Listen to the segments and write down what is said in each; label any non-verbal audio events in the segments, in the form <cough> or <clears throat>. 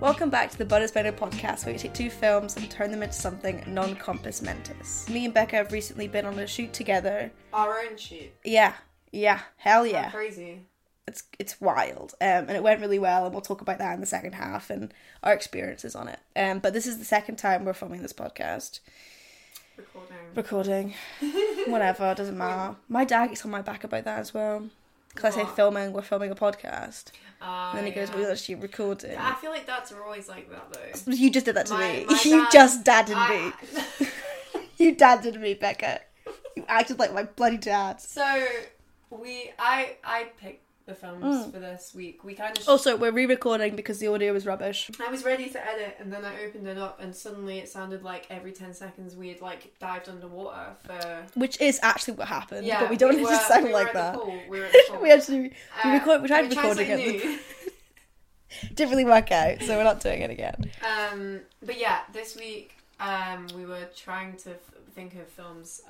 Welcome back to the Bud is Better podcast, where we take two films and turn them into something non compass mentis. Me and Becca have recently been on a shoot together. Our own shoot. Yeah, yeah, hell yeah. Crazy. It's it's wild, um, and it went really well, and we'll talk about that in the second half and our experiences on it. Um, but this is the second time we're filming this podcast, Recording. <laughs> recording, whatever, doesn't matter. My dad gets on my back about that as well, because I say What? filming, we're filming a podcast, Oh, and then he goes, yeah. "We're actually recording." I feel like dads are always like that though. You just did that to My- me. my <laughs> you dad- just dadded I- <laughs> me. you dadded me, Becca. You acted like my bloody dad. <laughs> so we, I, I picked the films Mm. for this week. We kind of. Sh- Also, we're re-recording because the audio was rubbish. I was ready to edit, and then I opened it up, and suddenly it sounded like every ten seconds we had like dived underwater for. Which is actually what happened, Yeah, but we don't need were- to sound we were like at the that. pool, We were at the <laughs> pool. we actually we, Uh, record, we tried we tried recording something it, new. but didn't really work out, so we're not doing it again. Um, but yeah, this week um, we were trying to f- think of films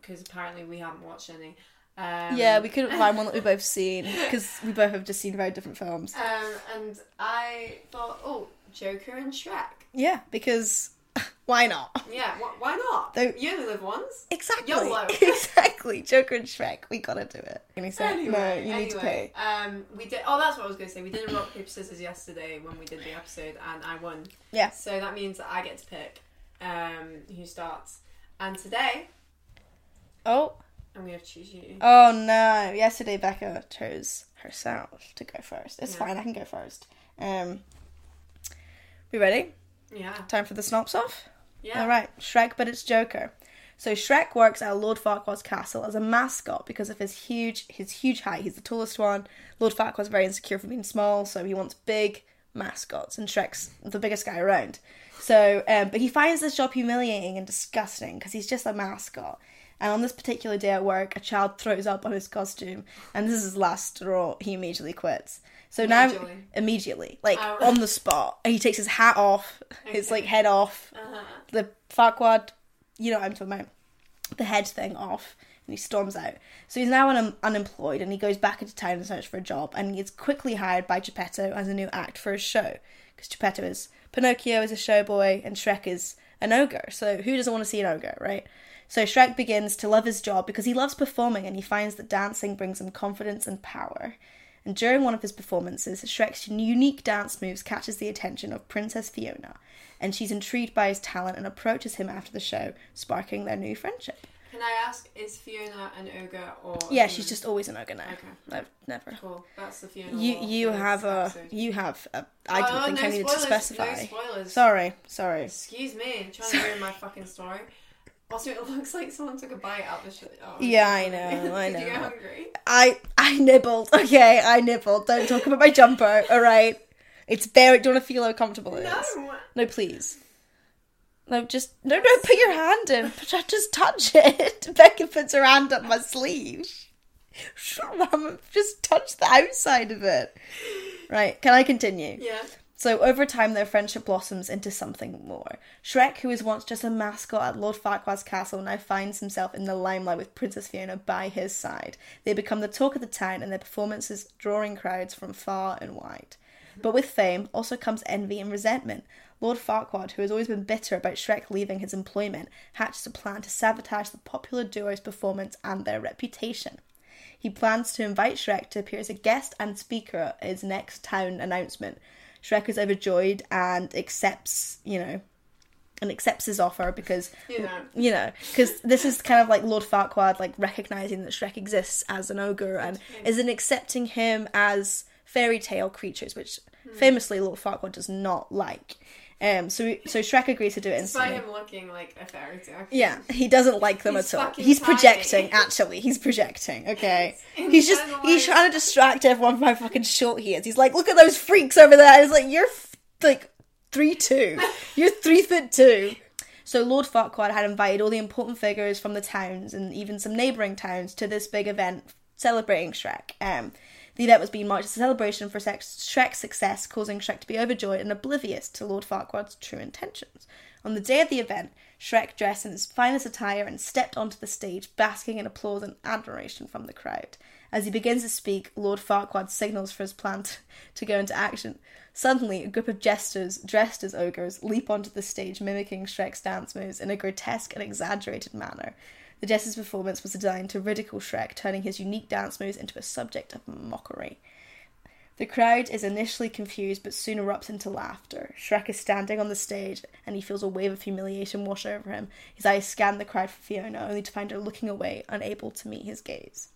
because apparently we haven't watched any. Um, yeah, we couldn't find one that we've both seen because we both have just seen very different films. Um, and I thought, oh, Joker and Shrek. Yeah, because <laughs> why not? Yeah, wh- why not? They- you only live once. Exactly. YOLO. <laughs> exactly. Joker and Shrek. We gotta do it. And he said, Anyway, no, you anyway, need to pay. Um, we did. Oh, that's what I was going to say. We did a rock paper scissors yesterday when we did the episode, and I won. Yeah. So that means that I get to pick um, who starts. And today Oh. I'm going to choose you. Oh no! Yesterday, Becca chose herself to go first. It's Yeah. fine. I can go first. Um, we ready? Yeah. Time for the snops off. Yeah. All right, Shrek, but it's Joker. So Shrek works at Lord Farquaad's castle as a mascot because of his huge his huge height. He's the tallest one. Lord Farquaad's very insecure for being small, so he wants big mascots, and Shrek's the biggest guy around. So, um, but he finds this job humiliating and disgusting because he's just a mascot. And on this particular day at work, a child throws up on his costume, and this is his last straw. He immediately quits. So now, Immediately. immediately, like Oh. on the spot, and he takes his hat off, his like head off, the Farquad, you know what I'm talking about, the head thing off, and he storms out. So he's now un- unemployed, and he goes back into town and search for a job, and he gets quickly hired by Geppetto as a new act for his show, because Geppetto is Pinocchio is a showboy, and Shrek is an ogre. So who doesn't want to see an ogre, right? So Shrek begins to love his job because he loves performing, and he finds that dancing brings him confidence and power. And during one of his performances, Shrek's unique dance moves catches the attention of Princess Fiona, and she's intrigued by his talent and approaches him after the show, sparking their new friendship. Can I ask, is Fiona an ogre or? a Yeah, human? she's just always an ogre now. Okay. I've never. Cool. That's the Fiona. You Wall you for this have a episode. you have a. I didn't Oh, think no I needed to spoilers, specify. No spoilers. Sorry, sorry. Excuse me, I'm trying to ruin my fucking story. Also, it looks like someone took a bite out the shit. Oh, Yeah, I know, I <laughs> Did you know. get hungry? I I nibbled. <laughs> Okay, I nibbled. Don't talk about my jumper. All right, it's very. Don't want to feel how comfortable it is. No. No, please. No, just no, no. Put your hand in. <laughs> Put- Just touch it. <laughs> Becca puts her hand up my sleeve. <laughs> Shut up, Mum. Just touch the outside of it. Right? Can I continue? Yeah. So over time, their friendship blossoms into something more. Shrek, who was once just a mascot at Lord Farquaad's castle, now finds himself in the limelight with Princess Fiona by his side. They become the talk of the town, and their performances drawing crowds from far and wide. But with fame also comes envy and resentment. Lord Farquaad, who has always been bitter about Shrek leaving his employment, hatches a plan to sabotage the popular duo's performance and their reputation. He plans to invite Shrek to appear as a guest and speaker at his next town announcement. Shrek is overjoyed and accepts, you know, and accepts his offer because, <laughs> You know. you know, because this is kind of like Lord Farquaad, like recognizing that Shrek exists as an ogre and is in accepting him as fairy tale creatures, which Hmm. famously Lord Farquaad does not like. Um, so so Shrek agrees to do it Despite instantly. him looking like a fairy tale. Yeah, he doesn't like them He's at all. fucking He's tiny. projecting, actually. He's projecting, okay? It's he's just, he's internalized. trying to distract everyone from how fucking short he is. He's like, look at those freaks over there. It's like, you're f- like three two. You're three foot two. So Lord Farquaad had invited all the important figures from the towns and even some neighbouring towns to this big event celebrating Shrek. Um, the event was being marked as a celebration for sex- Shrek's success, causing Shrek to be overjoyed and oblivious to Lord Farquaad's true intentions. On the day of the event, Shrek dressed in his finest attire and stepped onto the stage, basking in applause and admiration from the crowd. As he begins to speak, Lord Farquaad signals for his plan t- to go into action. Suddenly, a group of jesters, dressed as ogres, leap onto the stage, mimicking Shrek's dance moves in a grotesque and exaggerated manner. The jester's performance was designed to ridicule Shrek, turning his unique dance moves into a subject of mockery. The crowd is initially confused but soon erupts into laughter. Shrek is standing on the stage and he feels a wave of humiliation wash over him. His eyes scan the crowd for Fiona, only to find her looking away, unable to meet his gaze.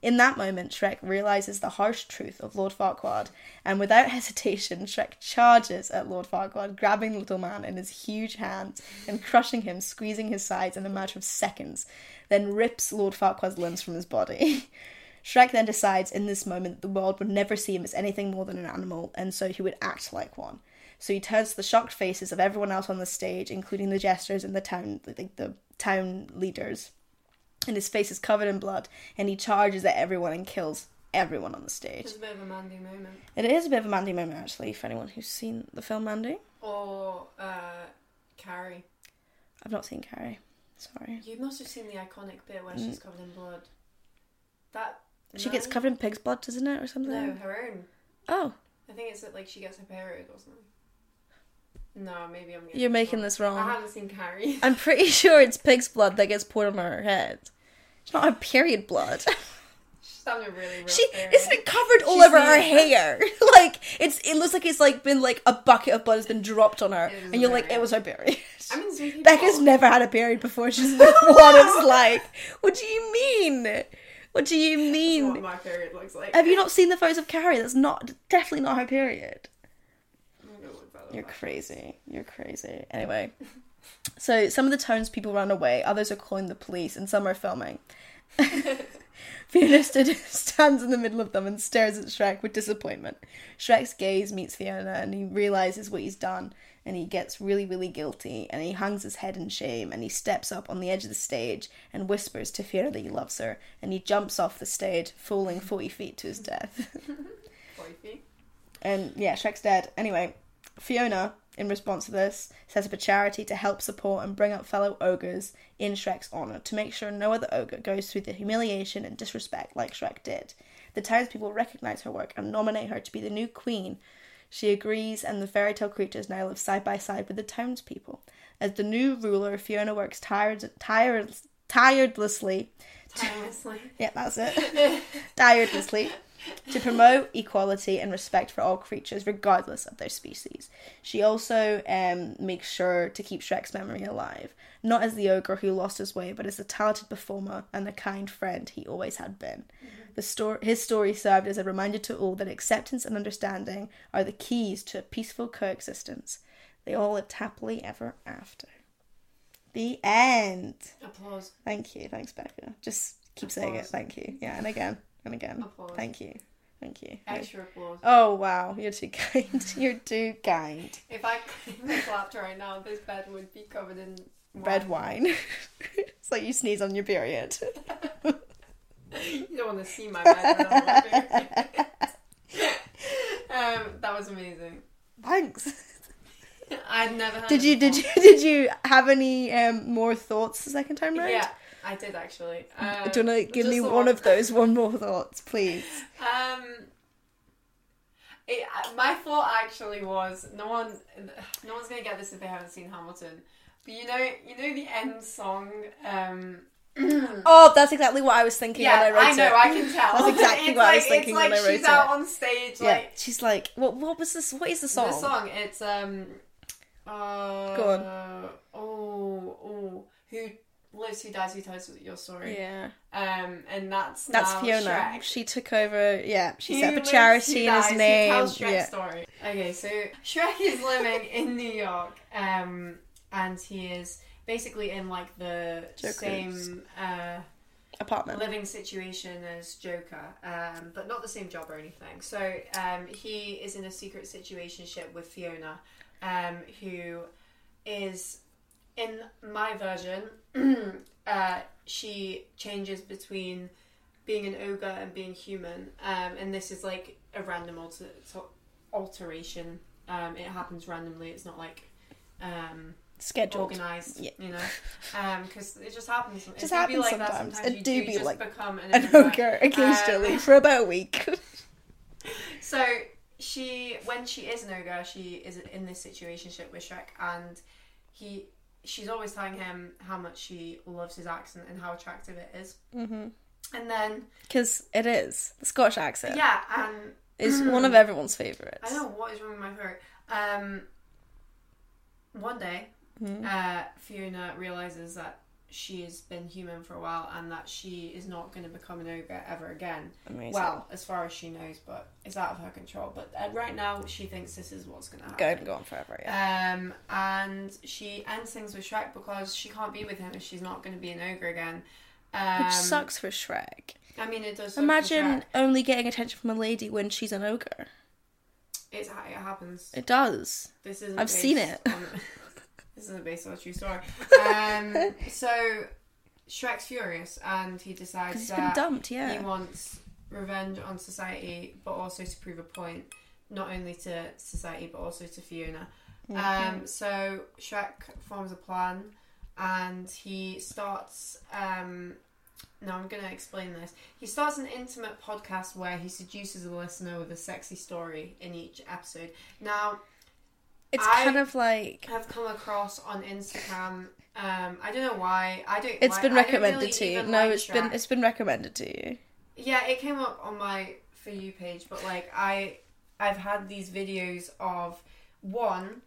In that moment, Shrek realizes the harsh truth of Lord Farquaad, and without <laughs> hesitation, Shrek charges at Lord Farquaad, grabbing the little man in his huge hands and crushing him, squeezing his sides in a matter of seconds, then rips Lord Farquaad's limbs from his body. <laughs> Shrek then decides in this moment that the world would never see him as anything more than an animal, and so he would act like one. So he turns to the shocked faces of everyone else on the stage, including the jesters and the town, like the town leaders, and his face is covered in blood. And he charges at everyone and kills everyone on the stage. It's a bit of a Mandy moment. And it is a bit of a Mandy moment, actually, for anyone who's seen the film Mandy. Or uh, Carrie. I've not seen Carrie. Sorry. You must have seen the iconic bit where she's covered in blood. That Mm. She gets no? covered in pig's blood, doesn't it, or something? No, her own. Oh, I think it's that like she gets her period or something. No, maybe I'm. Getting you're making wrong. this wrong. I haven't <laughs> seen Carrie. I'm pretty sure it's pig's blood that gets poured on her head. It's not her period blood. <laughs> <laughs> She's having a really rough she period. isn't it covered all She's over her the- hair. <laughs> like it's it looks like it's like been like a bucket of blood has been dropped on her, It was and you're like, hilarious. it was her period. I mean, Zookeeper- Becca's never had a period before. She's what <laughs> it's like. What do you mean? What do you That's mean? What my period looks like. Have you not seen the photos of Carrie? That's not definitely not her period. I'm gonna look that up. You're crazy. You're crazy. Anyway, so some of the townspeople run away, others are calling the police, and some are filming. <laughs> Fiona stood, stands in the middle of them and stares at Shrek with disappointment. Shrek's gaze meets Fiona and he realizes what he's done and he gets really, really guilty and he hangs his head in shame and he steps up on the edge of the stage and whispers to Fiona that he loves her and he jumps off the stage, falling 40 feet to his death. <laughs> Wifey. And yeah, Shrek's dead. Anyway, Fiona, in response to this, set up a charity to help support and bring up fellow ogres in Shrek's honour to make sure no other ogre goes through the humiliation and disrespect like Shrek did. The townspeople recognise her work and nominate her to be the new queen. She agrees, and the fairy tale creatures now live side by side with the townspeople. As the new ruler, Fiona works tired, tired, tirelessly Timelessly. yeah, that's it. Tirelessly. To promote equality and respect for all creatures, regardless of their species. She also um, makes sure to keep Shrek's memory alive, not as the ogre who lost his way, but as the talented performer and the kind friend he always had been. The sto- his story served as a reminder to all that acceptance and understanding are the keys to a peaceful coexistence. They all lived happily ever after. The end. Applause. Thank you. Thanks, Becca. Just keep saying it. Applause. Thank you. Yeah, and again, and again. Applause. Thank you. Thank you. Extra applause. Oh, wow. You're too <laughs> kind. You're too kind. If I if I clapped right now, this bed would be covered in Red wine. <laughs> it's like you sneeze on your period. <laughs> You don't want to see my bed. when I'm laughing. <laughs> um, that was amazing. Thanks. I'd never. Had Did it you did you <laughs> did you have any um, more thoughts the second time before. round? Yeah, I did actually. Um, Do you want to give just me the one, of those one more thoughts, please? <laughs> Um, it, uh, my thought actually was no one, no one's gonna get this if they haven't seen Hamilton. But you know, you know the end song. Um, Oh, that's exactly what I was thinking yeah, when I wrote know, it. I can tell. That's exactly It's what I was like- thinking It's like when I wrote she's out it. on stage, yeah, like she's like, what? What was this? What is the song? the song. It's um, uh, Go Oh, oh, who lives, who dies, who tells your story. Yeah. Um, and that's That's now Fiona. Shrek. She took over. Yeah, she He set up a lives, charity he in his dies, he name. tells Shrek's yeah. story. Okay, so Shrek is living in New York, um, and he is basically in like the Joker's. same uh, apartment. living situation as Joker, um, but not the same job or anything. So um, he is in a secret situationship with Fiona, um, who is in my version. <clears throat> uh, she changes between being an ogre and being human, um, and this is like a random alter- so- alteration. Um, it happens randomly. It's not like um, scheduled. <laughs> organized, Yeah. you know, because it just happens. It Just do be happens like that sometimes. sometimes. It You do be just like <laughs> become an, An introvert. ogre occasionally Um, for about a <laughs> week. So she, when she is an ogre, she is in this situationship with Shrek, and he, she's always telling him how much she loves his accent and how attractive it is. Mm-hmm. And then Because it is. The Scottish accent yeah, and <clears throat> is one of everyone's favourites. I don't know what is wrong with my throat. Um, one day, Hmm. uh, Fiona realizes that she has been human for a while and that she is not going to become an ogre ever again. Amazing. Well, as far as she knows, but it's out of her control. But uh, right now, she thinks this is what's going to happen. Go and go on forever, yeah. Um, and she ends things with Shrek because she can't be with him if she's not going to be an ogre again. Um, Which sucks for Shrek. I mean, it does. suck for Imagine Shrek. only getting attention from a lady when she's an ogre. it's, it happens. It does. This isn't. I've seen based it. <laughs> on- this isn't based on a true story. Um, so Shrek's furious, and he decides Because he's been that dumped, he yeah. wants revenge on society, but also to prove a point, not only to society but also to Fiona. Mm-hmm. Um, so Shrek forms a plan, and he starts. Um, no, I'm going to explain this. He starts an intimate podcast where he seduces a listener with a sexy story in each episode. Now, It's I- kind of like. have come across on Instagram. Um, I don't know why. I don't. It's like- been I don't recommended really to you. even No, like it's been Shrek. it's been recommended to you. Yeah, it came up on my for you page, but like I, I've had these videos of one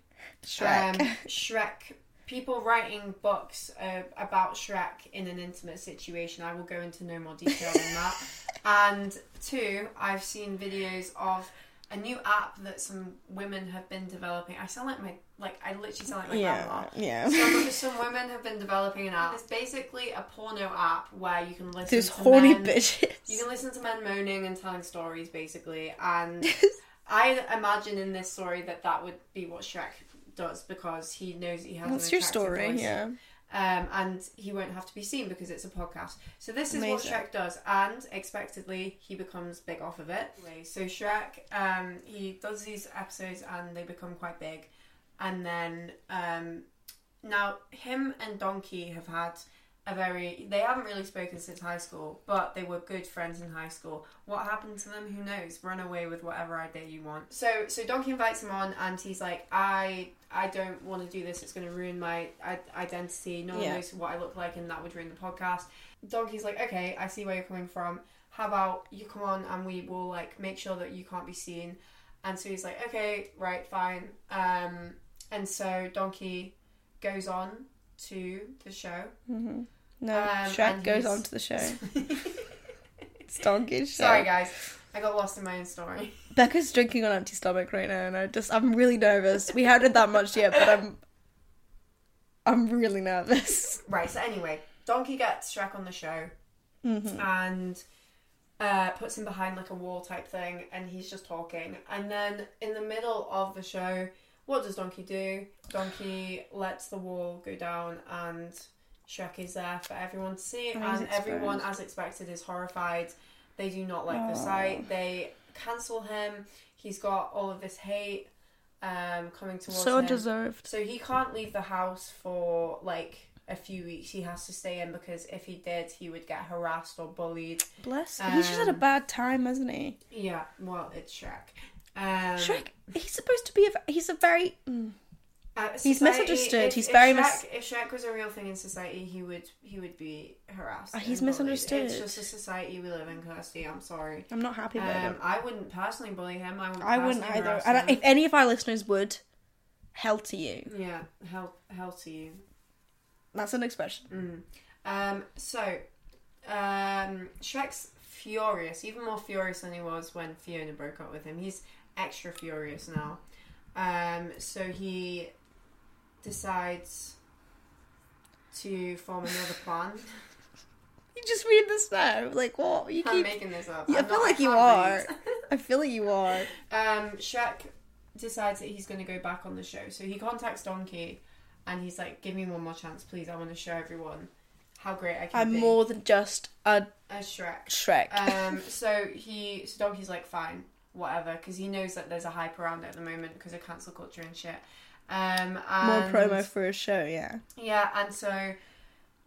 Shrek. <laughs> um, Shrek. People writing books uh, about Shrek in an intimate situation. I will go into no more detail <laughs> than that. And two, I've seen videos of a new app that some women have been developing. I sound like my like I literally sound like my grandma. yeah, yeah. <laughs> Some, some women have been developing an app. It's basically a porno app where you can listen Those to horny men. You bitches. can listen to men moaning and telling stories, basically. <laughs> And I imagine in this story that that would be what Shrek does because he knows he has. That's an your attractive story, voice. yeah. Um, and he won't have to be seen because it's a podcast. So this is Amazing. what Shrek does, and expectedly he becomes big off of it. So Shrek, um, he does these episodes and they become quite big, and then um, now him and Donkey have had a very they haven't really spoken since high school, but they were good friends in high school. What happened to them? Who knows? Run away with whatever idea you want. So so Donkey invites him on, and he's like, I I don't want to do this. It's going to ruin my I- identity. No one Yeah. knows what I look like, and that would ruin the podcast. Donkey's like, okay, I see where you're coming from. How about you come on and we will like make sure that you can't be seen. And so he's like, okay, right, fine. Um, and so Donkey goes on to the show. No, Um, Shrek and goes he's- on to the show. <laughs> It's donkey show. Sorry, guys, I got lost in my own story. Becca's drinking on empty stomach right now, and I just I'm really nervous. We haven't had that much yet, but I'm I'm really <laughs> nervous. Right, so anyway, Donkey gets Shrek on the show Mm-hmm. and uh, puts him behind like a wall type thing, and he's just talking. And then in the middle of the show, what does Donkey do? Donkey lets the wall go down, and Shrek is there for everyone to see. Oh, he's and everyone, as expected, is horrified. They do not like the sight. They cancel him. He's got all of this hate um, coming towards so him. undeserved. So he can't leave the house for like a few weeks. He has to stay in because if he did, he would get harassed or bullied. Bless him. He's just had a Um, bad time, hasn't he? Yeah, well, it's Shrek. Um, Shrek. He's supposed to be a. He's a very. mm, uh, He's society- misunderstood. If, He's if very Shrek, mis- If Shrek was a real thing in society, he would he would be harassed. Uh, he's and bullied. It's misunderstood. just a society we live in, Kirsty. I'm sorry. I'm not happy about Um, him. I wouldn't personally bully him. I wouldn't. I wouldn't personally either. harass And I, him. if any of our listeners would, hell to you. yeah, hell, hell to you. That's an expression. Um, so, um, Shrek's furious, even more furious than he was when Fiona broke up with him. He's extra furious now. Um, so he decides to form another <laughs> plan. You just read this now. Like what? You I'm keep. making this up. Yeah, I I'm feel not- like you can't are. read. I feel like <laughs> you are. Um, Shrek decides that he's going to go back on the show. So he contacts Donkey and he's like, Give me one more chance, please. I want to show everyone how great I can I'm be more than just a as Shrek. Shrek. Um, so he, so Donkey's like, fine, whatever, because he knows that there's a hype around it at the moment because of cancel culture and shit. Um, More and, promo for a show, yeah. Yeah, and so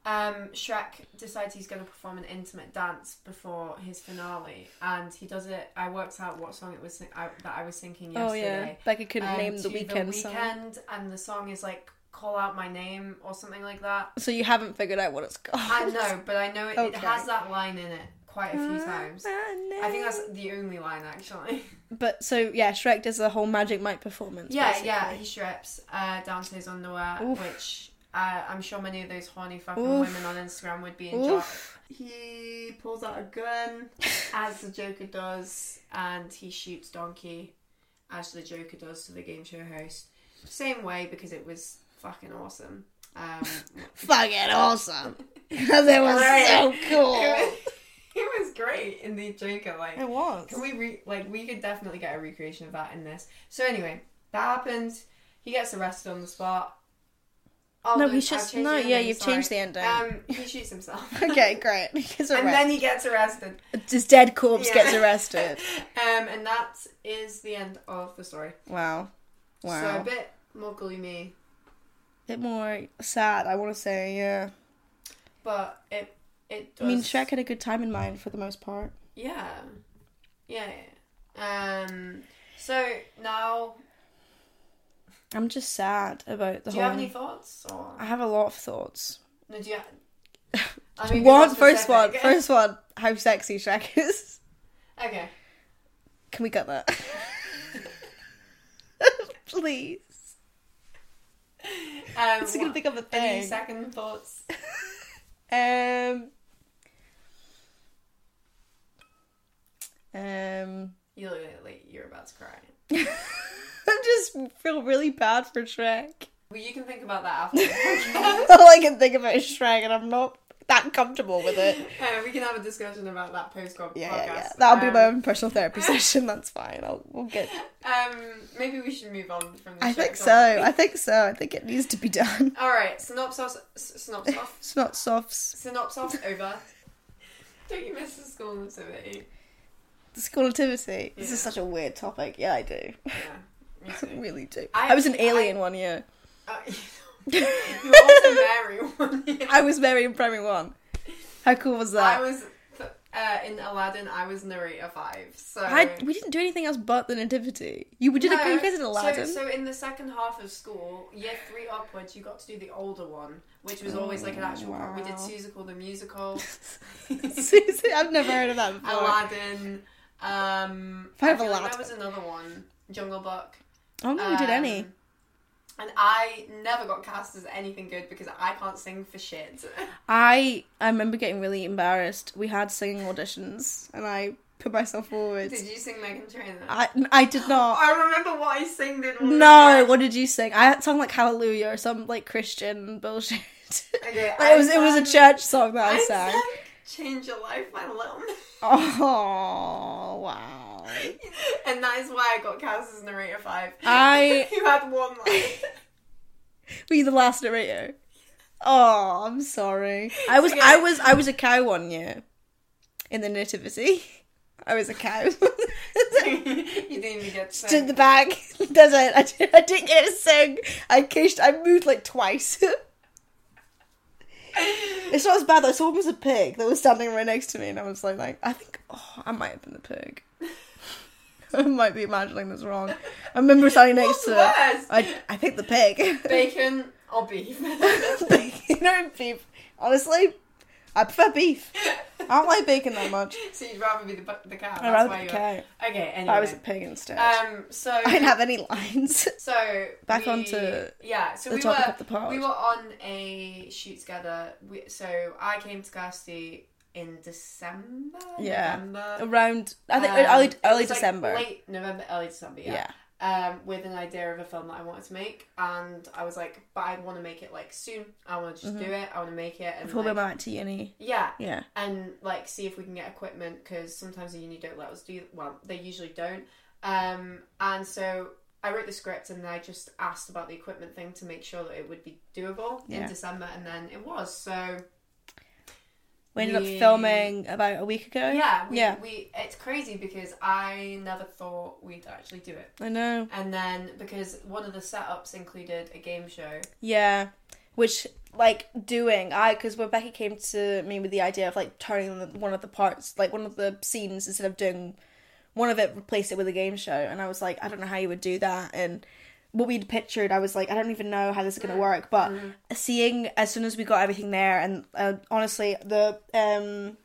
um, Shrek decides he's going to perform an intimate dance before his finale, and he does it. I worked out what song it was thi- I, that I was thinking Oh yeah, yesterday. Becca couldn't um, name the to weekend, The song. weekend, and the song is like "Call Out My Name" or something like that. So you haven't figured out what it's called. <laughs> I know, but I know it, it Okay. Uh, has that line in it <laughs> quite a few times. I think that's the only line actually. But so yeah, Shrek does the whole Magic Mike performance. <laughs> Yeah, basically. yeah, he strips uh, down to his underwear, Oof. which uh, I'm sure many of those horny fucking Oof. women on Instagram would be in shock. Oof. He pulls out a <laughs> gun, as the Joker does, and he shoots Donkey, as the Joker does to the game show host. Same way, because it was fucking awesome. Um, Fucking awesome. <laughs> <laughs> that was so Right. cool. it, was, <laughs> it was great in the Joker, like. It was. Can we re- like we could definitely get a recreation of that in this. So anyway, that happens. He gets arrested on the spot. Oh, No, we we should. No, yeah, you've changed the ending. <laughs> Um, he shoots himself. okay, great. <laughs> He's <laughs> and arrested. then he gets arrested. His dead corpse Yeah. gets arrested. Um, and that is the end of the story. Wow. So a Wow. bit more gloomy, bit more sad, I want to say, yeah. but it it. Does, I mean, Shrek had a good time in mind for the most part. Yeah, yeah. yeah. Um. So now, I'm just sad about the do whole. you have any thoughts or I have a lot of thoughts. no? Do you? <laughs> I One mean, first be more one, specific. first one, how sexy Shrek is. <laughs> Okay. Can we cut that? <laughs> Please. Um, It's gonna what- pick up a Any thing. second thoughts? Um. Um. <laughs> You look like you're about to cry. I just feel really bad for <laughs> Shrek. <laughs> Well, you can think about that after. the podcast. All I can think about is Shrek, and I'm not that comfortable with it. <laughs> Uh, we can have a discussion about that post podcast. Yeah, yeah, yeah. That'll be my um, own personal <laughs> therapy session. That's fine. I'll, we'll get. Um, maybe we should move on from. The I Shrek think topic. so. I think so. I think it needs to be done. <laughs> <laughs> All right, synopsis, s- synopsis, It's not softs. synopsis <laughs> over. Don't you miss the school activity? School activity. This Yeah. is such a weird topic. Yeah, I do. <laughs> Yeah, me I too. really do. I, I- was an I- alien one year. Uh, <laughs> <laughs> you were also Mary one year. I was Mary in primary one. How cool was that? I was th- uh, in Aladdin. I was narrator five. So I, we didn't do anything else but the nativity. You did No, a you guys did Aladdin. <laughs> So, so in the second half of school, year three upwards, you got to do the older one, which was always like an actual. wow. We did Susical <laughs> the musical, Susan- I've never heard of that before. <laughs> Aladdin. Um, Five I feel like Aladdin. there was another one, Jungle Book. I don't think we did Um, any. And I never got cast as anything good because I can't sing for shit. <laughs> I I remember getting really embarrassed. We had singing auditions, and I put myself forward. did you sing Megan Trainor? I I <gasps> did not. I remember what I sang. in one of Oh. No, them. what did you sing? I had sung like Hallelujah or some like Christian bullshit. Okay, <laughs> Like, it was it was a sang- church song that I, sang. Change Your Life by Little <laughs> Mix. Oh wow! <laughs> and that is why I got cast as narrator five. I- <laughs> you had one line. <laughs> Were you the last narrator? Oh, I'm sorry. I was Okay. I was I was a cow one year in the nativity. I was a <laughs> cow. <laughs> you didn't even get to Stood in sing. the back. <laughs> That's it. I, did, I didn't get to sing. I kissed. I moved like twice. <laughs> it's not as bad. though. someone was a pig that was standing right next to me, and I was like, like I think oh, I might have been the pig. <laughs> I might be imagining this wrong. I remember standing next What's to. worse? I I picked the pig. Bacon or beef? <laughs> <laughs> you know, beef. Honestly, I prefer beef. I don't like bacon that much. so you'd rather be the, bu- the cow. I'd That's rather why be you cow. Okay, But anyway. I was a pig instead. um, <laughs> so I didn't have any lines. so Back we- onto yeah. So the we topic were of the pod. we were on a shoot together. We, so I came to Kirsty in December. Yeah. November. Around, I think Um, early, it early was, like, December. late November, early December. yeah. yeah. um, with an idea of a film that I wanted to make, and I was like, but I want to make it like soon. I want to just do it. I want to make it, and Mm-hmm. Before we like- went to uni. yeah, Yeah. and like see if we can get equipment because sometimes the uni don't let us do. Well, they usually don't. Um, and so I wrote the script, and then I just asked about the equipment thing to make sure that it would be doable Yeah. in December, and then it was. So We ended We- up filming about a week ago. Yeah, we, Oh, Yeah. We it's crazy because I never thought we'd actually do it, I know. and then because one of the setups included a game show. Yeah, which like doing I because Rebecca came to me with the idea of like turning the, one of the parts like one of the scenes instead of doing one of it replace it with a game show and I was like I don't know how you would do that and what we'd pictured I was like I don't even know how this Mm. is gonna work but Mm-hmm. seeing as soon as we got everything there and uh, honestly the um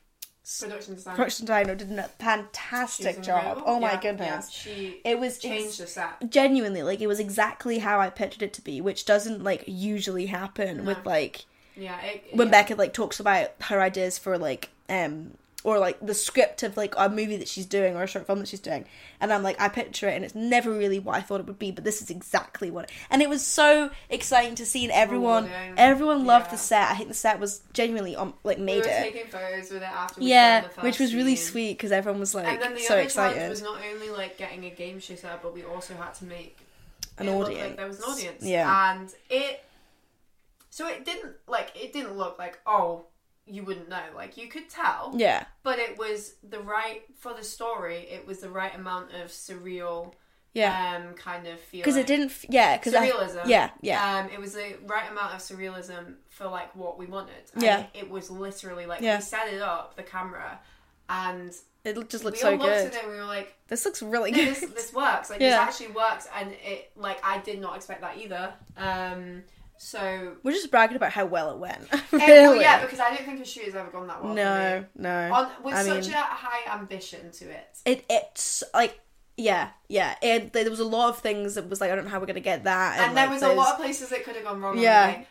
Production design. production designer did a She's fantastic job incredible. oh my Yeah, goodness yeah, she it was changed the set. genuinely like it was exactly how I pictured it to be, which doesn't like usually happen with like Yeah, it, when yeah. Becca like talks about her ideas for like um or like the script of like a movie that she's doing or a short film that she's doing, and I'm like I picture it and it's never really what I thought it would be, but this is exactly what. It, and it was so exciting to see, and everyone Rewarding. everyone loved Yeah. the set. I think the set was genuinely um, like we made were it. taking photos with it after. We Yeah, filmed the which first was really scene. sweet because everyone was like And then the so other excited. challenge was not only like getting a game show set, up, but we also had to make An it look audience. Like there was an audience. Yeah. and it so it didn't like it didn't look like oh you wouldn't know like you could tell yeah, but it was the right for the story. It was the right amount of surreal yeah, um kind of feeling because it didn't. F- yeah, because surrealism. yeah, yeah. Um, it was the right amount of surrealism for like what we wanted. And Yeah. it, it was literally like Yeah. we set it up the camera and It l- just we looks all so looked at good. it and we were like This looks really no, good. this this works. Like Yeah. this actually works, and it like I did not expect that either. Um, so <laughs> We're just bragging about how well it went. <laughs> Eh, really? well, yeah, because I don't think a shoot has ever gone that well. for me. no, no. on with I such mean- a high ambition to it. it it's like yeah, yeah. It, there was a lot of things that was like I don't know how we're gonna get that. And, And, there like, was a those- lot of places it could have gone wrong. on the Yeah. day.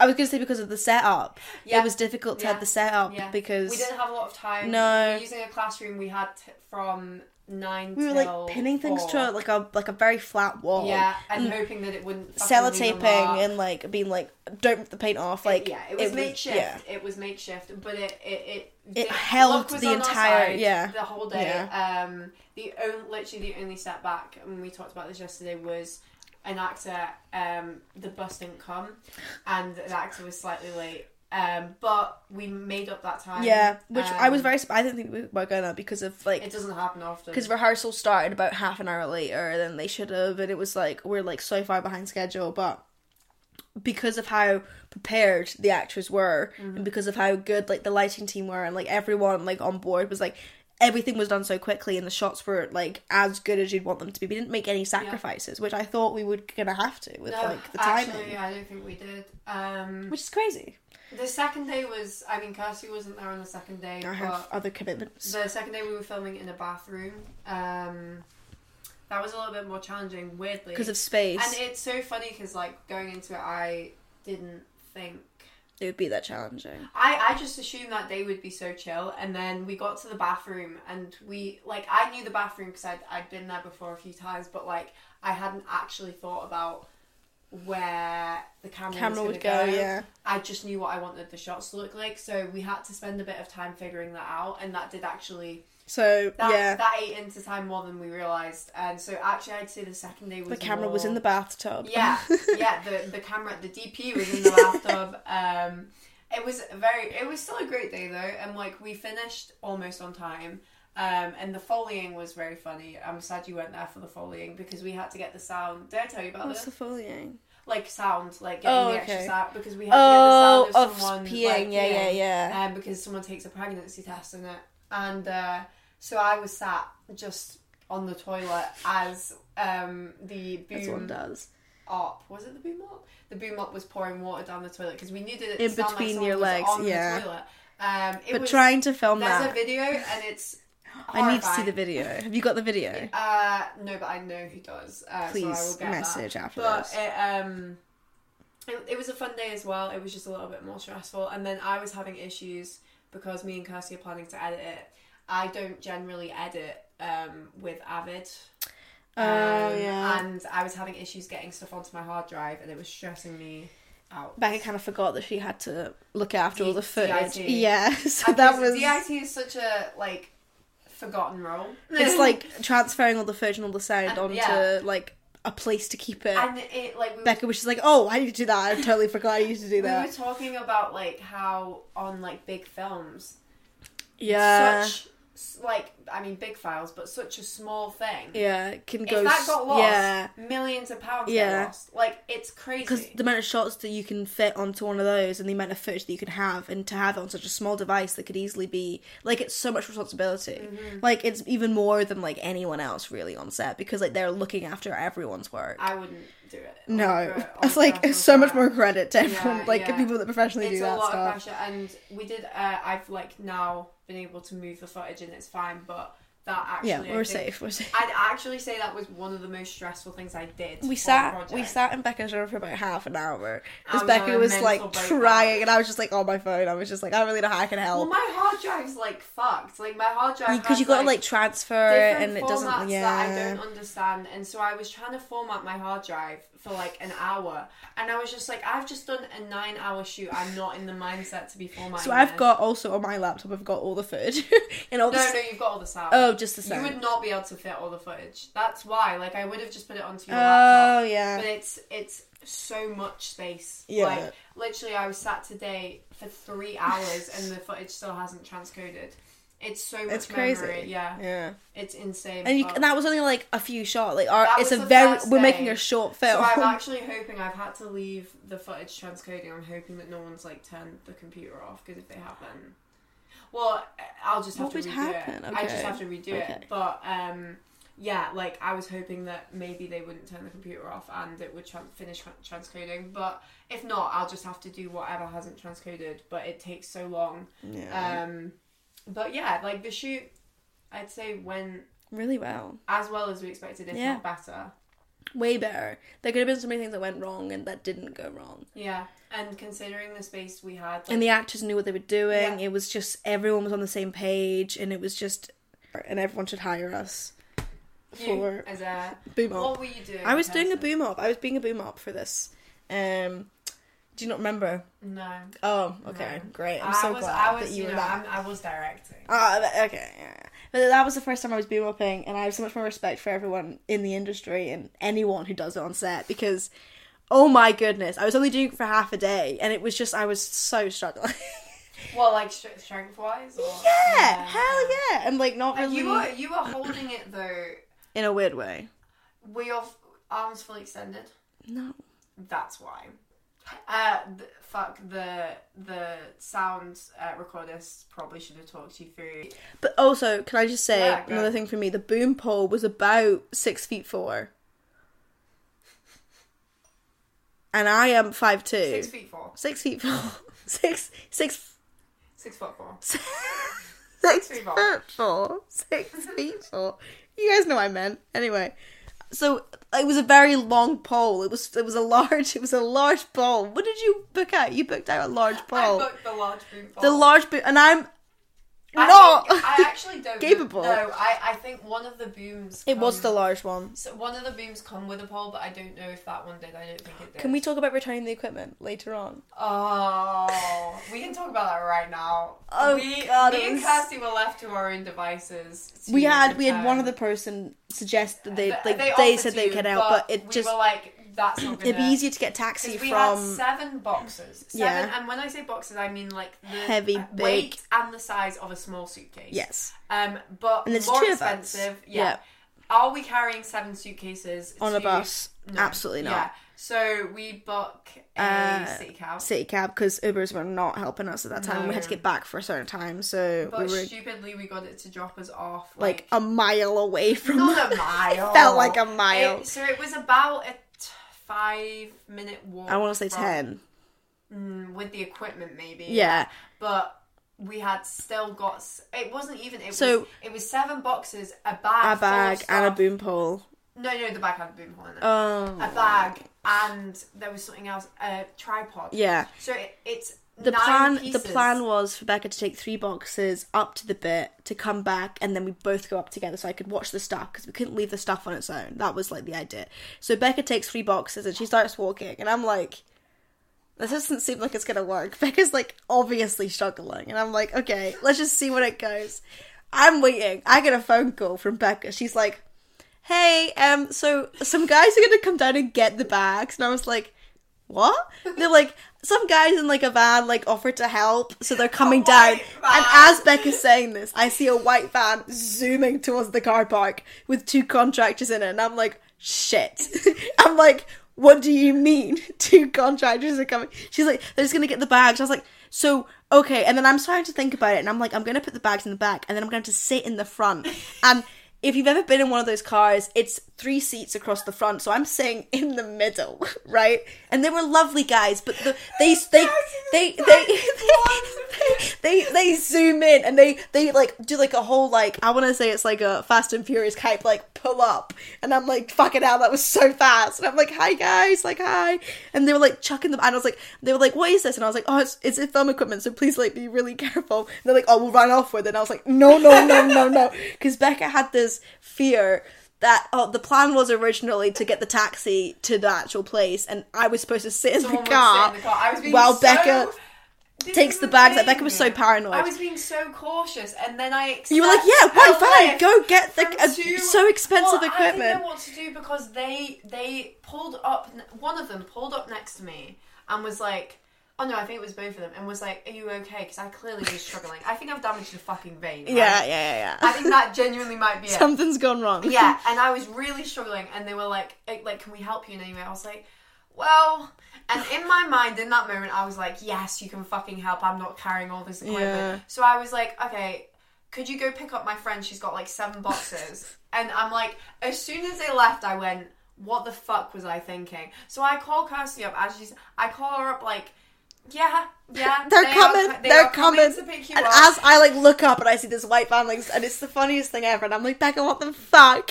I was gonna say because of the setup. Yeah. It was difficult to Yeah. have the setup Yeah. because we didn't have a lot of time. No. we were using a classroom we had t- from nine. we were till like pinning things four. to like a like a very flat wall. Yeah, and hoping that it wouldn't fucking leave a mark. Sellotaping and like being like don't rip the paint off. Like yeah, it was makeshift. yeah. It was makeshift, but it it it, It the held luck was the on our entire- side yeah, the whole day. Um, the only literally the only setback, and we talked about this yesterday, was an actor. Um, the bus didn't come, and the actor was slightly late. Um, but we made up that time. Yeah, which I was Um, very. surp- I didn't think we were gonna because of like It doesn't happen often. because rehearsal started about half an hour later than they should have and it was like we're like so far behind schedule but because of how prepared the actors were Mm-hmm. and because of how good like the lighting team were and like everyone like on board was like everything was done so quickly and the shots were like as good as you'd want them to be we didn't make any sacrifices which i thought we were gonna have to with No, like the timing actually, I don't think we did. Um, which is crazy the second day was. I mean, Kirsty wasn't there on the second day. i but have other commitments The second day we were filming in a bathroom. Um, that was a little bit more challenging, weirdly. because of space and it's so funny because like going into it, I didn't think it would be that challenging I I just assumed that day would be so chill. And then we got to the bathroom, and we like I knew the bathroom because I'd I'd been there before a few times, but like I hadn't actually thought about where the camera, camera was would go gonna go yeah I just knew what I wanted the shots to look like, so we had to spend a bit of time figuring that out, and that did actually so that, yeah that ate into time more than we realized. And so actually, I'd say the second day was the camera was in the more- bathtub <laughs> <laughs> yeah yeah the the camera the DP was in the bathtub. Um, it was very it was still a great day though, and like we finished almost on time. Um, and the foleying was very funny. I'm sad you weren't there for the foleying because we had to get the sound. Did I tell you about What's this? the foliating? Like sound, like getting Oh, the extra okay. sound because we had Oh, to get the sound of of someone peeing. like, yeah, yeah, peeing yeah. um, because someone takes a pregnancy test in it. And uh, so I was sat just on the toilet as um, the That's what one boom does. up was it the boom up? The boom up was pouring water down the toilet because we needed it In to sound like between someone your was legs, on the yeah. toilet. Um, it But was, trying to film there's a that. video and it's. <gasps> I need to see horrifying. the video. Have you got the video? Uh, no, but I know who does. Uh, so I will Please get that. message after But this. it, um, it, it was a fun day as well. It was just a little bit more stressful. And then I was having issues because me and Kirsty are planning to edit it. I don't generally edit um, with Avid. Oh um, yeah. And I was having issues getting stuff onto my hard drive and it was stressing me out. Becca kind of forgot that she had to look after all the D- footage. DIT. Yeah, <laughs> so And that 'cause was. DIT is such a, like, forgotten role. <laughs> It's like transferring all the footage and all the sound Uh, onto <laughs> yeah. like a place to keep it. and it like we were, Becca was just like, oh, I need to do that. I totally forgot I used to do we that. were talking about like how on like big films, yeah. such s- like I mean big files, but such a small thing. yeah, it can go. If that s- got lost, Yeah. millions of pounds Yeah. get lost. Like it's Because crazy. the amount of shots that you can fit onto one of those and the amount of footage that you can have, and to have it on such a small device that could easily be like it's so much responsibility. Mm-hmm. Like it's even more than like anyone else really on set because like they're looking after everyone's work. I wouldn't do it. <laughs> Like, no, for- on it's like professional it's so much set. more credit to everyone, Yeah, like yeah. people that professionally It's do a that lot stuff. of pressure, and we did. Uh, I've like now been able to move the footage, and it's fine. But that actually, yeah, I we're think- safe. We're safe. I'd actually say that was one of the most stressful things I did. for we the sat project. we sat in Becca's room for about half an hour because I'm Becca having was mental like breakdown. trying, and I was just like on my phone. I was just like, I really don't know how I can help. Well, my hard drive's like fucked. Like my hard drive because has, you got to like transfer it different and it formats doesn't yeah that I don't understand. And so I was trying to format my hard drive for like an hour, and I was just like, I've just done a nine-hour shoot. I'm not in the mindset to be formatting. so i've this. got also on my laptop i've got all the footage <laughs> and all the No, s- no, you've got all the sound. oh just the you sound would not be able to fit all the footage. That's why. Like I would have just put it onto your laptop. oh yeah But it's it's so much space. Yeah. Like literally I was sat today for three hours and the footage still hasn't transcoded. It's so much it's crazy memory. Yeah. yeah It's insane. and, you, but- and that was only like a few shots like our, That it's was a the very first we're making day. a short so film <laughs> I'm actually hoping I've had to leave the footage transcoding. I'm hoping that no one's like turned the computer off because if they have, then well, I'll just have What to would redo happen? it. I just Okay. have to redo Okay. it. But um, yeah, like I was hoping that maybe they wouldn't turn the computer off and it would tran finish tran- transcoding. But if not, I'll just have to do whatever hasn't transcoded. But it takes so long. yeah Um, but yeah, like the shoot, I'd say went really well as well as we expected, if Yeah. not better. way better there could have been so many things that went wrong and that didn't go wrong Yeah, and considering the space we had, like, and the actors knew what they were doing Yeah. it was just everyone was on the same page and it was just and everyone should hire us you for as a boom up what were you doing? I was in doing a person? boom up. I was being a boom up for this. Um, do you not remember? No, Oh, okay, great. I'm I so was, glad I was, that you, you were know, that. I'm, I was directing. Ah, but- okay. yeah. But that was the first time I was boom upping, and I have so much more respect for everyone in the industry and anyone who does it on set because, oh my goodness, I was only doing it for half a day, and it was just I was so struggling. <laughs> Well, like str- strength wise, or yeah, hell yeah, and like not And really you were you were holding it though. in a weird way. Were your f- arms fully extended? No, That's why. Uh, th- fuck the the sound uh, recordist probably should have talked you through. but also can I just say Yeah, go. another thing for me? The boom pole was about six feet four. And I am five two. Six feet four, Six feet four. <laughs> Six six six foot four. six <laughs> feet feet four. four. Six feet four. You guys know what I meant. Anyway. So it was a very long pole. It was it was a large it was a large pole. What did you book out? You booked out a large I pole. booked the large boom. the large boom and I'm I not think- <laughs> I actually don't. Capable. No, I, I think one of the booms. It was come- the large one. So one of the booms come with a pole, but I don't know if that one did. I don't think it did. Can we talk about returning the equipment later on? Oh, we can talk about that right now. Oh, we, uh, God, it me and was- Kirsty were left to our own devices. to we had we had return. one other person suggest that they Th- like they, offered said to they you, could help, but it we just were like that's not gonna. it'd be easier to get taxi 'cause we had from seven boxes. Seven, Yeah. and when I say boxes, I mean like the Heavy, uh, big- weight and the size of a small suitcase. yes Um, but And there's more two of us. expensive. Yeah. Yeah. Are we carrying seven suitcases on a to- bus. No. Absolutely not. Yeah. So we book a Uh, city cab. City cab because Ubers were not helping us at that time. We had to No. get back for a certain time, so but we were stupidly, we got it to drop us off like a mile away from. not a mile. felt like a mile. It- so it was about a t- five minute <laughs> walk. I want to say from- ten. mm, with the equipment, maybe. Yeah, But we had still got. s- It wasn't even. It So- was. It was seven boxes, a bag, a bag full of and a stuff. boom pole. No, no, the bag had a boom hole in it. Oh, a bag and there was something else a tripod yeah. so it, it's The nine plan pieces. the plan was for Becca to take three boxes up to the bit to come back and then we both go up together so I could watch the stuff because we couldn't leave the stuff on its own. That was like the idea. So Becca takes three boxes and she starts walking and I'm like this doesn't seem like it's gonna work. <laughs> Becca's like obviously struggling and I'm like, okay, let's just see where it goes. I'm waiting. I get a phone call from Becca. She's like, hey, um, so some guys are gonna come down and get the bags, and I was like, what? They're like, some guys in like a van like offered to help, so they're coming white down. And van. as Beck is saying this, I see a white van zooming towards the car park with two contractors in it, and I'm like, shit. <laughs> I'm like, what do you mean <laughs> two contractors are coming? She's like, they're just gonna get the bags. I was like, so okay. And then I'm starting to think about it, and I'm like, I'm gonna put the bags in the back, and then I'm going to sit in the front. And if you've ever been in one of those cars, it's three seats across the front, so I'm sitting in the middle, <laughs> right? And they were lovely guys, but the, they they they <laughs> they, they they they zoom in and they they like do like a whole like I want to say it's like a Fast and Furious type like pull up, and I'm like fucking hell, that was so fast, and I'm like hi guys, like hi, and they were like chucking them, and I was like they were like what is this, and I was like oh it's it's a thumb equipment, so please like be really <laughs> careful. And they're like oh we'll run off with it, and I was like no no no no no, because Becca had this fear that oh the plan was originally to get the taxi to the actual place and I was supposed to sit in the Someone was car, sitting in the car. I was being while so- Becca This takes is the bags out. thing. Becca was so paranoid. I was being so cautious, and then I. you were like, yeah, accept one a van, lift go get the from uh, two- so expensive Well, I didn't know equipment. what to do because they they pulled up. One of them pulled up next to me and was like, "Oh no, I think it was both of them," and was like, "Are you okay?" Because I clearly was struggling. I think I've damaged a fucking vein. right? Yeah, yeah, yeah, I yeah. think that genuinely might be <laughs> it. Something's gone wrong. yeah, and I was really struggling, and they were like, eh, "Like, can we help you in any way?" I was like, "Well," and in my mind, in that moment, I was like, "Yes, you can fucking help. I'm not carrying all this equipment." Yeah. So I was like, "Okay, could you go pick up my friend? She's got like <laughs> seven boxes." and I'm like, as soon as they left, I went, "What the fuck was I thinking?" So I call Kirsty up as she's, I call her up like. Yeah, yeah. <laughs> <laughs> They're they are coming, co- they they are are coming. to pick you and up. as I like look up and I see this white van, like, and it's the funniest thing ever. And I'm like, Becca, what the fuck?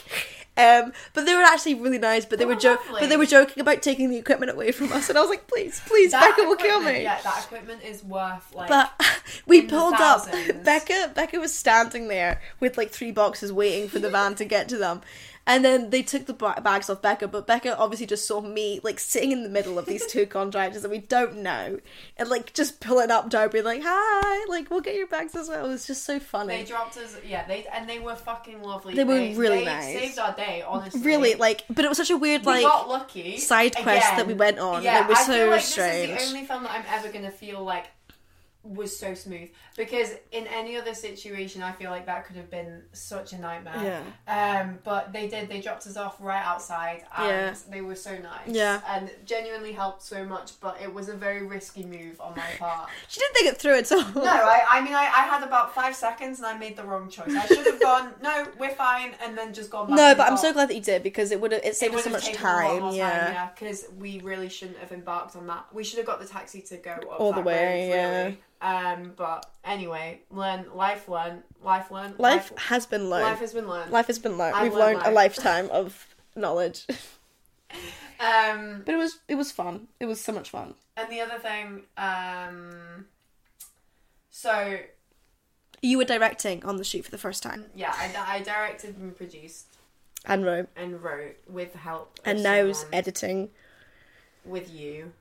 Um, but they were actually really nice. But they They were were jo- lovely. but they were joking about taking the equipment away from us. And I was like, please, please, That Becca will kill equipment- me. Yeah, that equipment is worth like but <laughs> we the pulled up. thousands. Becca Becca was standing there with like three boxes waiting for the van to get to them. And then they took the ba- bags off Becca, but Becca obviously just saw me like sitting in the middle of these <laughs> two contractors that we don't know, and like just pulling up Darby like, "Hi, like we'll get your bags as well." It was just so They funny. dropped us, yeah. They and they were fucking lovely. They were really they nice. Saved our day, honestly. Really like, but it was such a weird we like got lucky. side quest that we went on. Yeah, it was I so feel like strange. This is the only film that I'm ever gonna feel like was so smooth because in any other situation, I feel like that could have been such a nightmare. Yeah. Um, but they did. They dropped us off right outside, and Yeah. they were so nice. Yeah. and genuinely helped so much. But it was a very risky move on my part. she didn't think it through at all. No, I, I mean, I, I had about five seconds and I made the wrong choice. I should have gone, <laughs> no, we're fine, and then just gone <laughs> back. No, and but I'm got- so glad that you did because it would have it It saved us so would have much taken a lot time. more yeah. yeah, because we really shouldn't have embarked on that. We should have got the taxi to go up All the that way, road, really. Um, but anyway, learn life, learn life, learn Life has been Life, learned. has been learned. Life has been learned. I've We've learned learned a life. lifetime of knowledge. <laughs> Um, but it was it was fun. It was so much fun. and the other thing, um, so You were directing on the shoot for the first time, yeah, I, I directed and produced and wrote, and wrote with the help, of and now's someone, editing with you.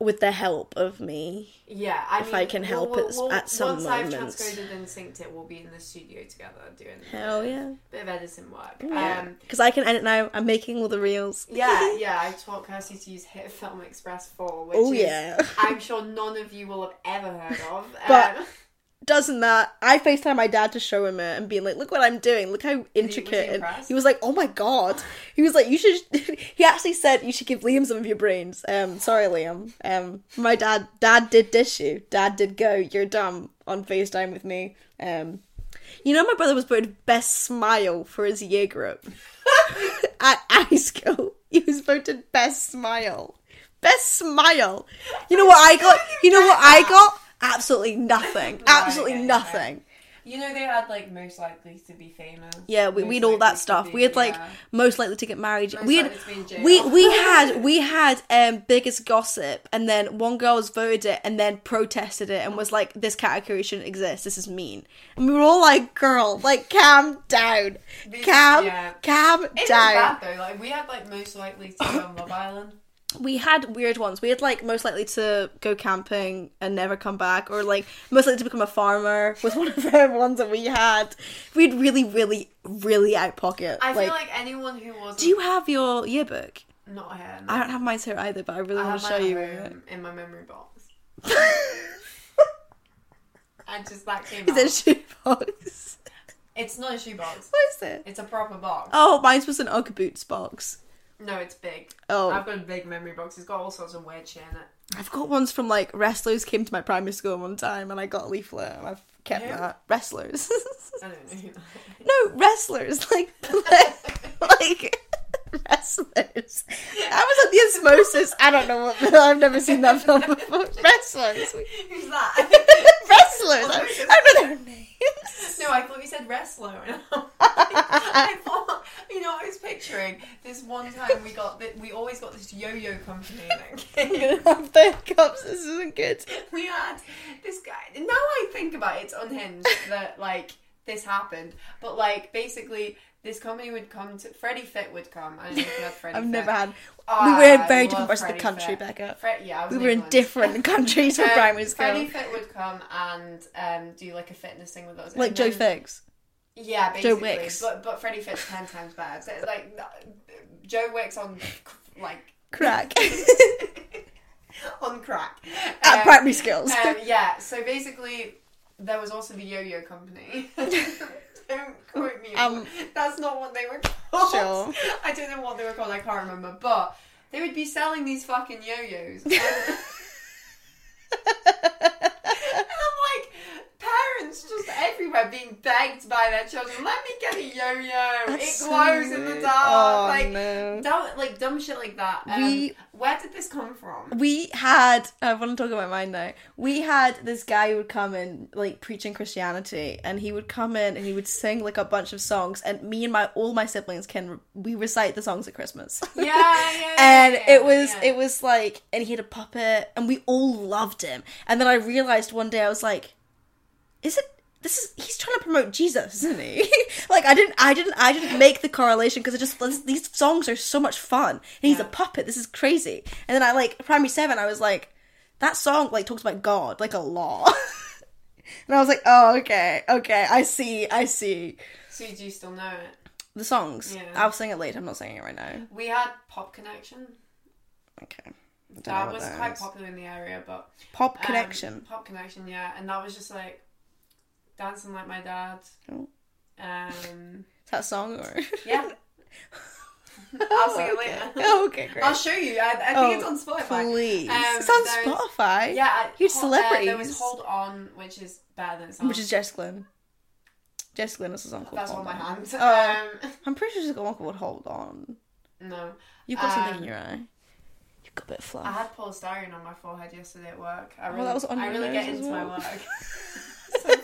with the help of me. Yeah, I If mean, I can help we'll, it's we'll, at some once I've moments. transcoded and synced it, we'll be in the studio together doing Hell yeah, a bit of editing work. yeah. Um, Because I can edit now. I'm making all the reels. yeah, yeah. I taught Kirsty to use Hit Film Express Four, which Oh is, yeah. I'm sure none of you will have ever heard of. <laughs> But um, Doesn't that? I Facetime my dad to show him it and being like, "Look what I'm doing. Look how intricate." and impressed? he was like, "Oh my god." He was like, "You should." <laughs> he actually said, "You should give Liam some of your brains." Um, sorry, Liam. Um, my dad, dad did dish you. Dad did go. You're dumb on Facetime with me. Um, you know, my brother was voted best smile for his year group <laughs> at high school. He was voted best smile. Best smile. You know what I got? You know what I got? Absolutely nothing. Absolutely yeah, yeah. nothing. you know, they had like most likely to be famous. Yeah, we, most we'd all that likely to stuff. be- we had like yeah. most likely to get married. Most we had likely to be in jail. we <laughs> we had we had um biggest gossip, and then one girl was voted it, and then protested it, and was like, "This category shouldn't exist. This is mean." And we were all like, "Girl, like calm down, These- calm, yeah. calm It was down." <laughs> bad though. Like we had like most likely to be on Love Island. we had weird ones. We had like most likely to go camping and never come back, or like most likely to become a farmer was <laughs> one of the ones that we had. We had really, really, really out pocket. I feel like anyone who wasn't do you have your yearbook? not here. I don't have mine here either, but I really I want have to mine show at you it. home in my memory <laughs> box. I just that came out. Is it a shoebox? <laughs> It's not a shoebox. What is it? It's a proper box. Oh, mine's was an Ugg boots box. No, it's big. Oh. I've got a big memory box. It's got all sorts of weird shit in it. I've got ones from like wrestlers came to my primary school one time, and I got a leaflet, and I've kept Who? that. Wrestlers. I don't know. who that is. <laughs> No, wrestlers. <laughs> Like, like, like wrestlers. I was at the osmosis. I don't know what. I've never seen that film before. <laughs> Wrestlers. <laughs> Who's that? Wrestlers. I, I don't know their names. No, I thought you said wrestler. <laughs> And <laughs> I thought, you know, I was picturing this one time we got that we always got this yo-yo company I'm <laughs> thing. gonna have the hiccups. This isn't good. we had this guy. Now I think about it, it's <laughs> unhinged that like this happened. But like basically, this company would come to Freddie Fit would come. I don't know <laughs> if you had Freddie. I've Fit. never had. Oh, We were in I very love different parts of the Freddie country, Fit. Becca. Fre- yeah, I was We were in England. <laughs> different countries for Um, primary school. Freddie Fit would come and um, do like a fitness thing with us, Like and Joe then- <laughs> Fix. Yeah, basically. Wicks. But but Freddie Fitz ten times better. So it's like no- Joe Wicks on c- like Crack. on crack <laughs> At Um, primary schools. um, yeah. So basically, there was also the <laughs> yo-yo company. <laughs> don't quote me. Um, That's not what they were called. Sure. <laughs> I don't know what they were called. I can't remember. But they would be selling these fucking <laughs> yo-yos. And- And I'm like, parents just everywhere being begged by their children, let me get a yo-yo. That's it so glows in the rude. dark. Oh, like, no. dumb, like dumb shit like that. Um, We- where did this <laughs> come <laughs> from? we had i want to talk about mine now we had this guy who would come in like preaching christianity and he would come in and he would sing like a bunch of songs and me and my all my siblings can we recite the songs at christmas Yeah, yeah, yeah, and yeah, it was yeah. it was like and he had a puppet and we all loved him and then i realized one day i was like is it this is he's trying to promote jesus isn't he <laughs> like i didn't i didn't i didn't make the correlation because i just this- these songs are so much fun and he's a Yeah. puppet this is crazy and then i like primary seven i was like that song like talks about god like a lot <laughs> and i was like oh okay okay i see i see So do you still know it? the songs Yeah. i'll sing it later i'm not singing it right now We had Pop Connection. okay I don't know That what was that quite is. popular in the area, but pop um, connection Pop Connection, yeah, and that was just like dancing like my dad. Oh. <laughs> Um, Is that a song or? yeah, I'll sing it okay. later. <laughs> Oh, okay, great. <laughs> I'll show you. I, I think it's Oh, on Spotify. Please, Um, it's on there's- Spotify. Yeah, I- Huge Hol- uh, there celebrities. was Hold On, which is better than Sound. which is Jess Glynn. Jess Glynn has a song called that's Hold on my On. hand. Oh. I'm pretty sure she's got one called Hold On. Um, <laughs> no, You've got something in Um, your eye. You've got a bit of <laughs> fluff. I had polystyrene on my forehead yesterday at work. I really, Oh, that was on I your really nose get as into my well. work. <laughs> <laughs>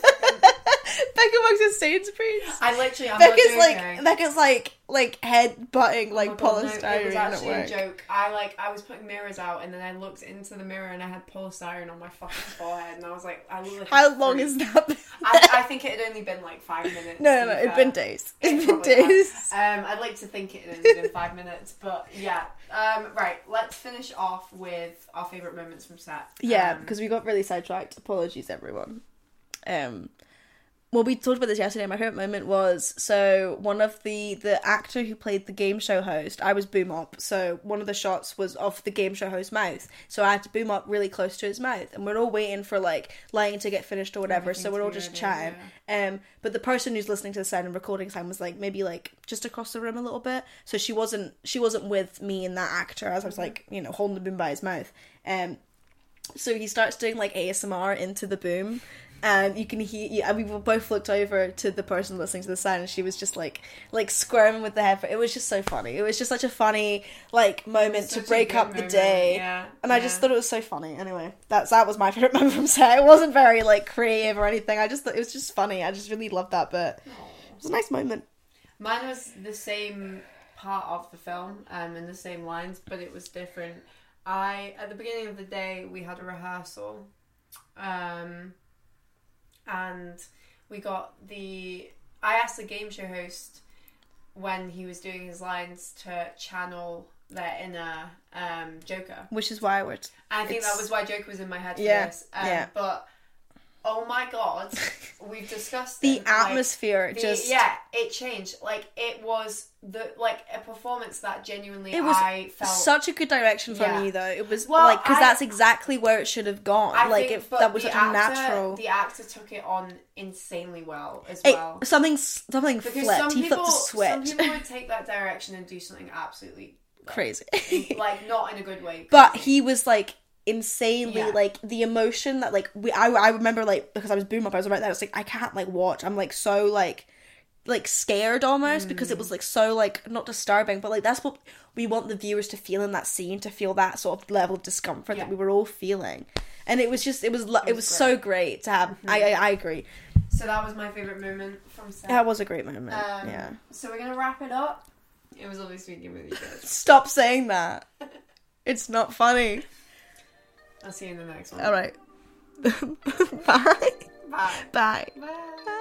Becca works at Sainsbury's. I literally, I'm not Becca's joking. like Becca's like like head butting Oh like my God, no, It was polystyrene at actually a work. joke. I like, I was putting mirrors out, and then I looked into the mirror, and I had polystyrene on my fucking forehead, and I was like, I look like. a How long freak. has that been? I, I think it had only been like five minutes. no, <laughs> no, to no. be It's fair. been days. It's been Probably not. days. Um, I'd like to think it ended in five minutes, but yeah. Um, right, let's finish off with our favourite moments from set. Yeah, Um, because we got really sidetracked. Apologies, everyone. Um, well, we talked about this yesterday. My favorite moment was so one of the the actor who played the game show host. I was boom up, so one of the shots was off the game show host's mouth. So I had to boom up really close to his mouth, and we're all waiting for like line to get finished or whatever. So Everything we're all to be just ready, chatting. Um, but the person who's listening to the sound and recording time was like maybe like just across the room a little bit. So she wasn't she wasn't with me and that actor as I Mm-hmm. was like you know holding the boom by his mouth. Um, so he starts doing like ASMR into the boom, and you can hear. Yeah, and we were both looked over to the person listening to the sound, and she was just like, like squirming with the head. It was just so funny. It was just such a funny like moment to such a break good up the moment, day. yeah, and I just yeah. thought it was so funny. Anyway, that's that was my <laughs> favorite moment from set. It wasn't very like creative or anything. I just thought it was just funny. I just really loved that bit. It was a nice moment. Mine was the same part of the film um, and the same lines, but it was different. I at the beginning of the day we had a rehearsal, um, and we got the. I asked the game show host when he was doing his lines to channel their inner um, Joker. which is why we're t- I think It's- that was why Joker was in my head for Yeah, this. Um, yeah. But oh my god, we've discussed the them, like, atmosphere the- just yeah, it changed. Like it was the like a performance that genuinely It was I felt. such a good direction from Yeah. you though it was Well, like because I- that's exactly where it should have gone I like think, it, but that was the such a actor, natural The actor took it on insanely well as it, well. something s- something Because flipped some he people, flipped a some switch people would take that direction and do something absolutely crazy <laughs> like not in a good way. but he was like insanely Yeah. like the emotion that like we I, I remember like because I was boom up I was right there I was like I can't like watch I'm like so like like scared almost Mm. because it was like so like not disturbing but like that's what we want the viewers to feel in that scene to feel that sort of level of discomfort that Yeah. we were all feeling and it was just it was lo- it was, was Mm-hmm. so great to have I, I I agree so that was my favorite moment from Seth. that was a great moment Um, yeah So we're gonna wrap it up. It was lovely speaking with you guys. stop saying <laughs> that it's not funny I'll see you in the next one. all right <laughs> bye Bye. bye Bye.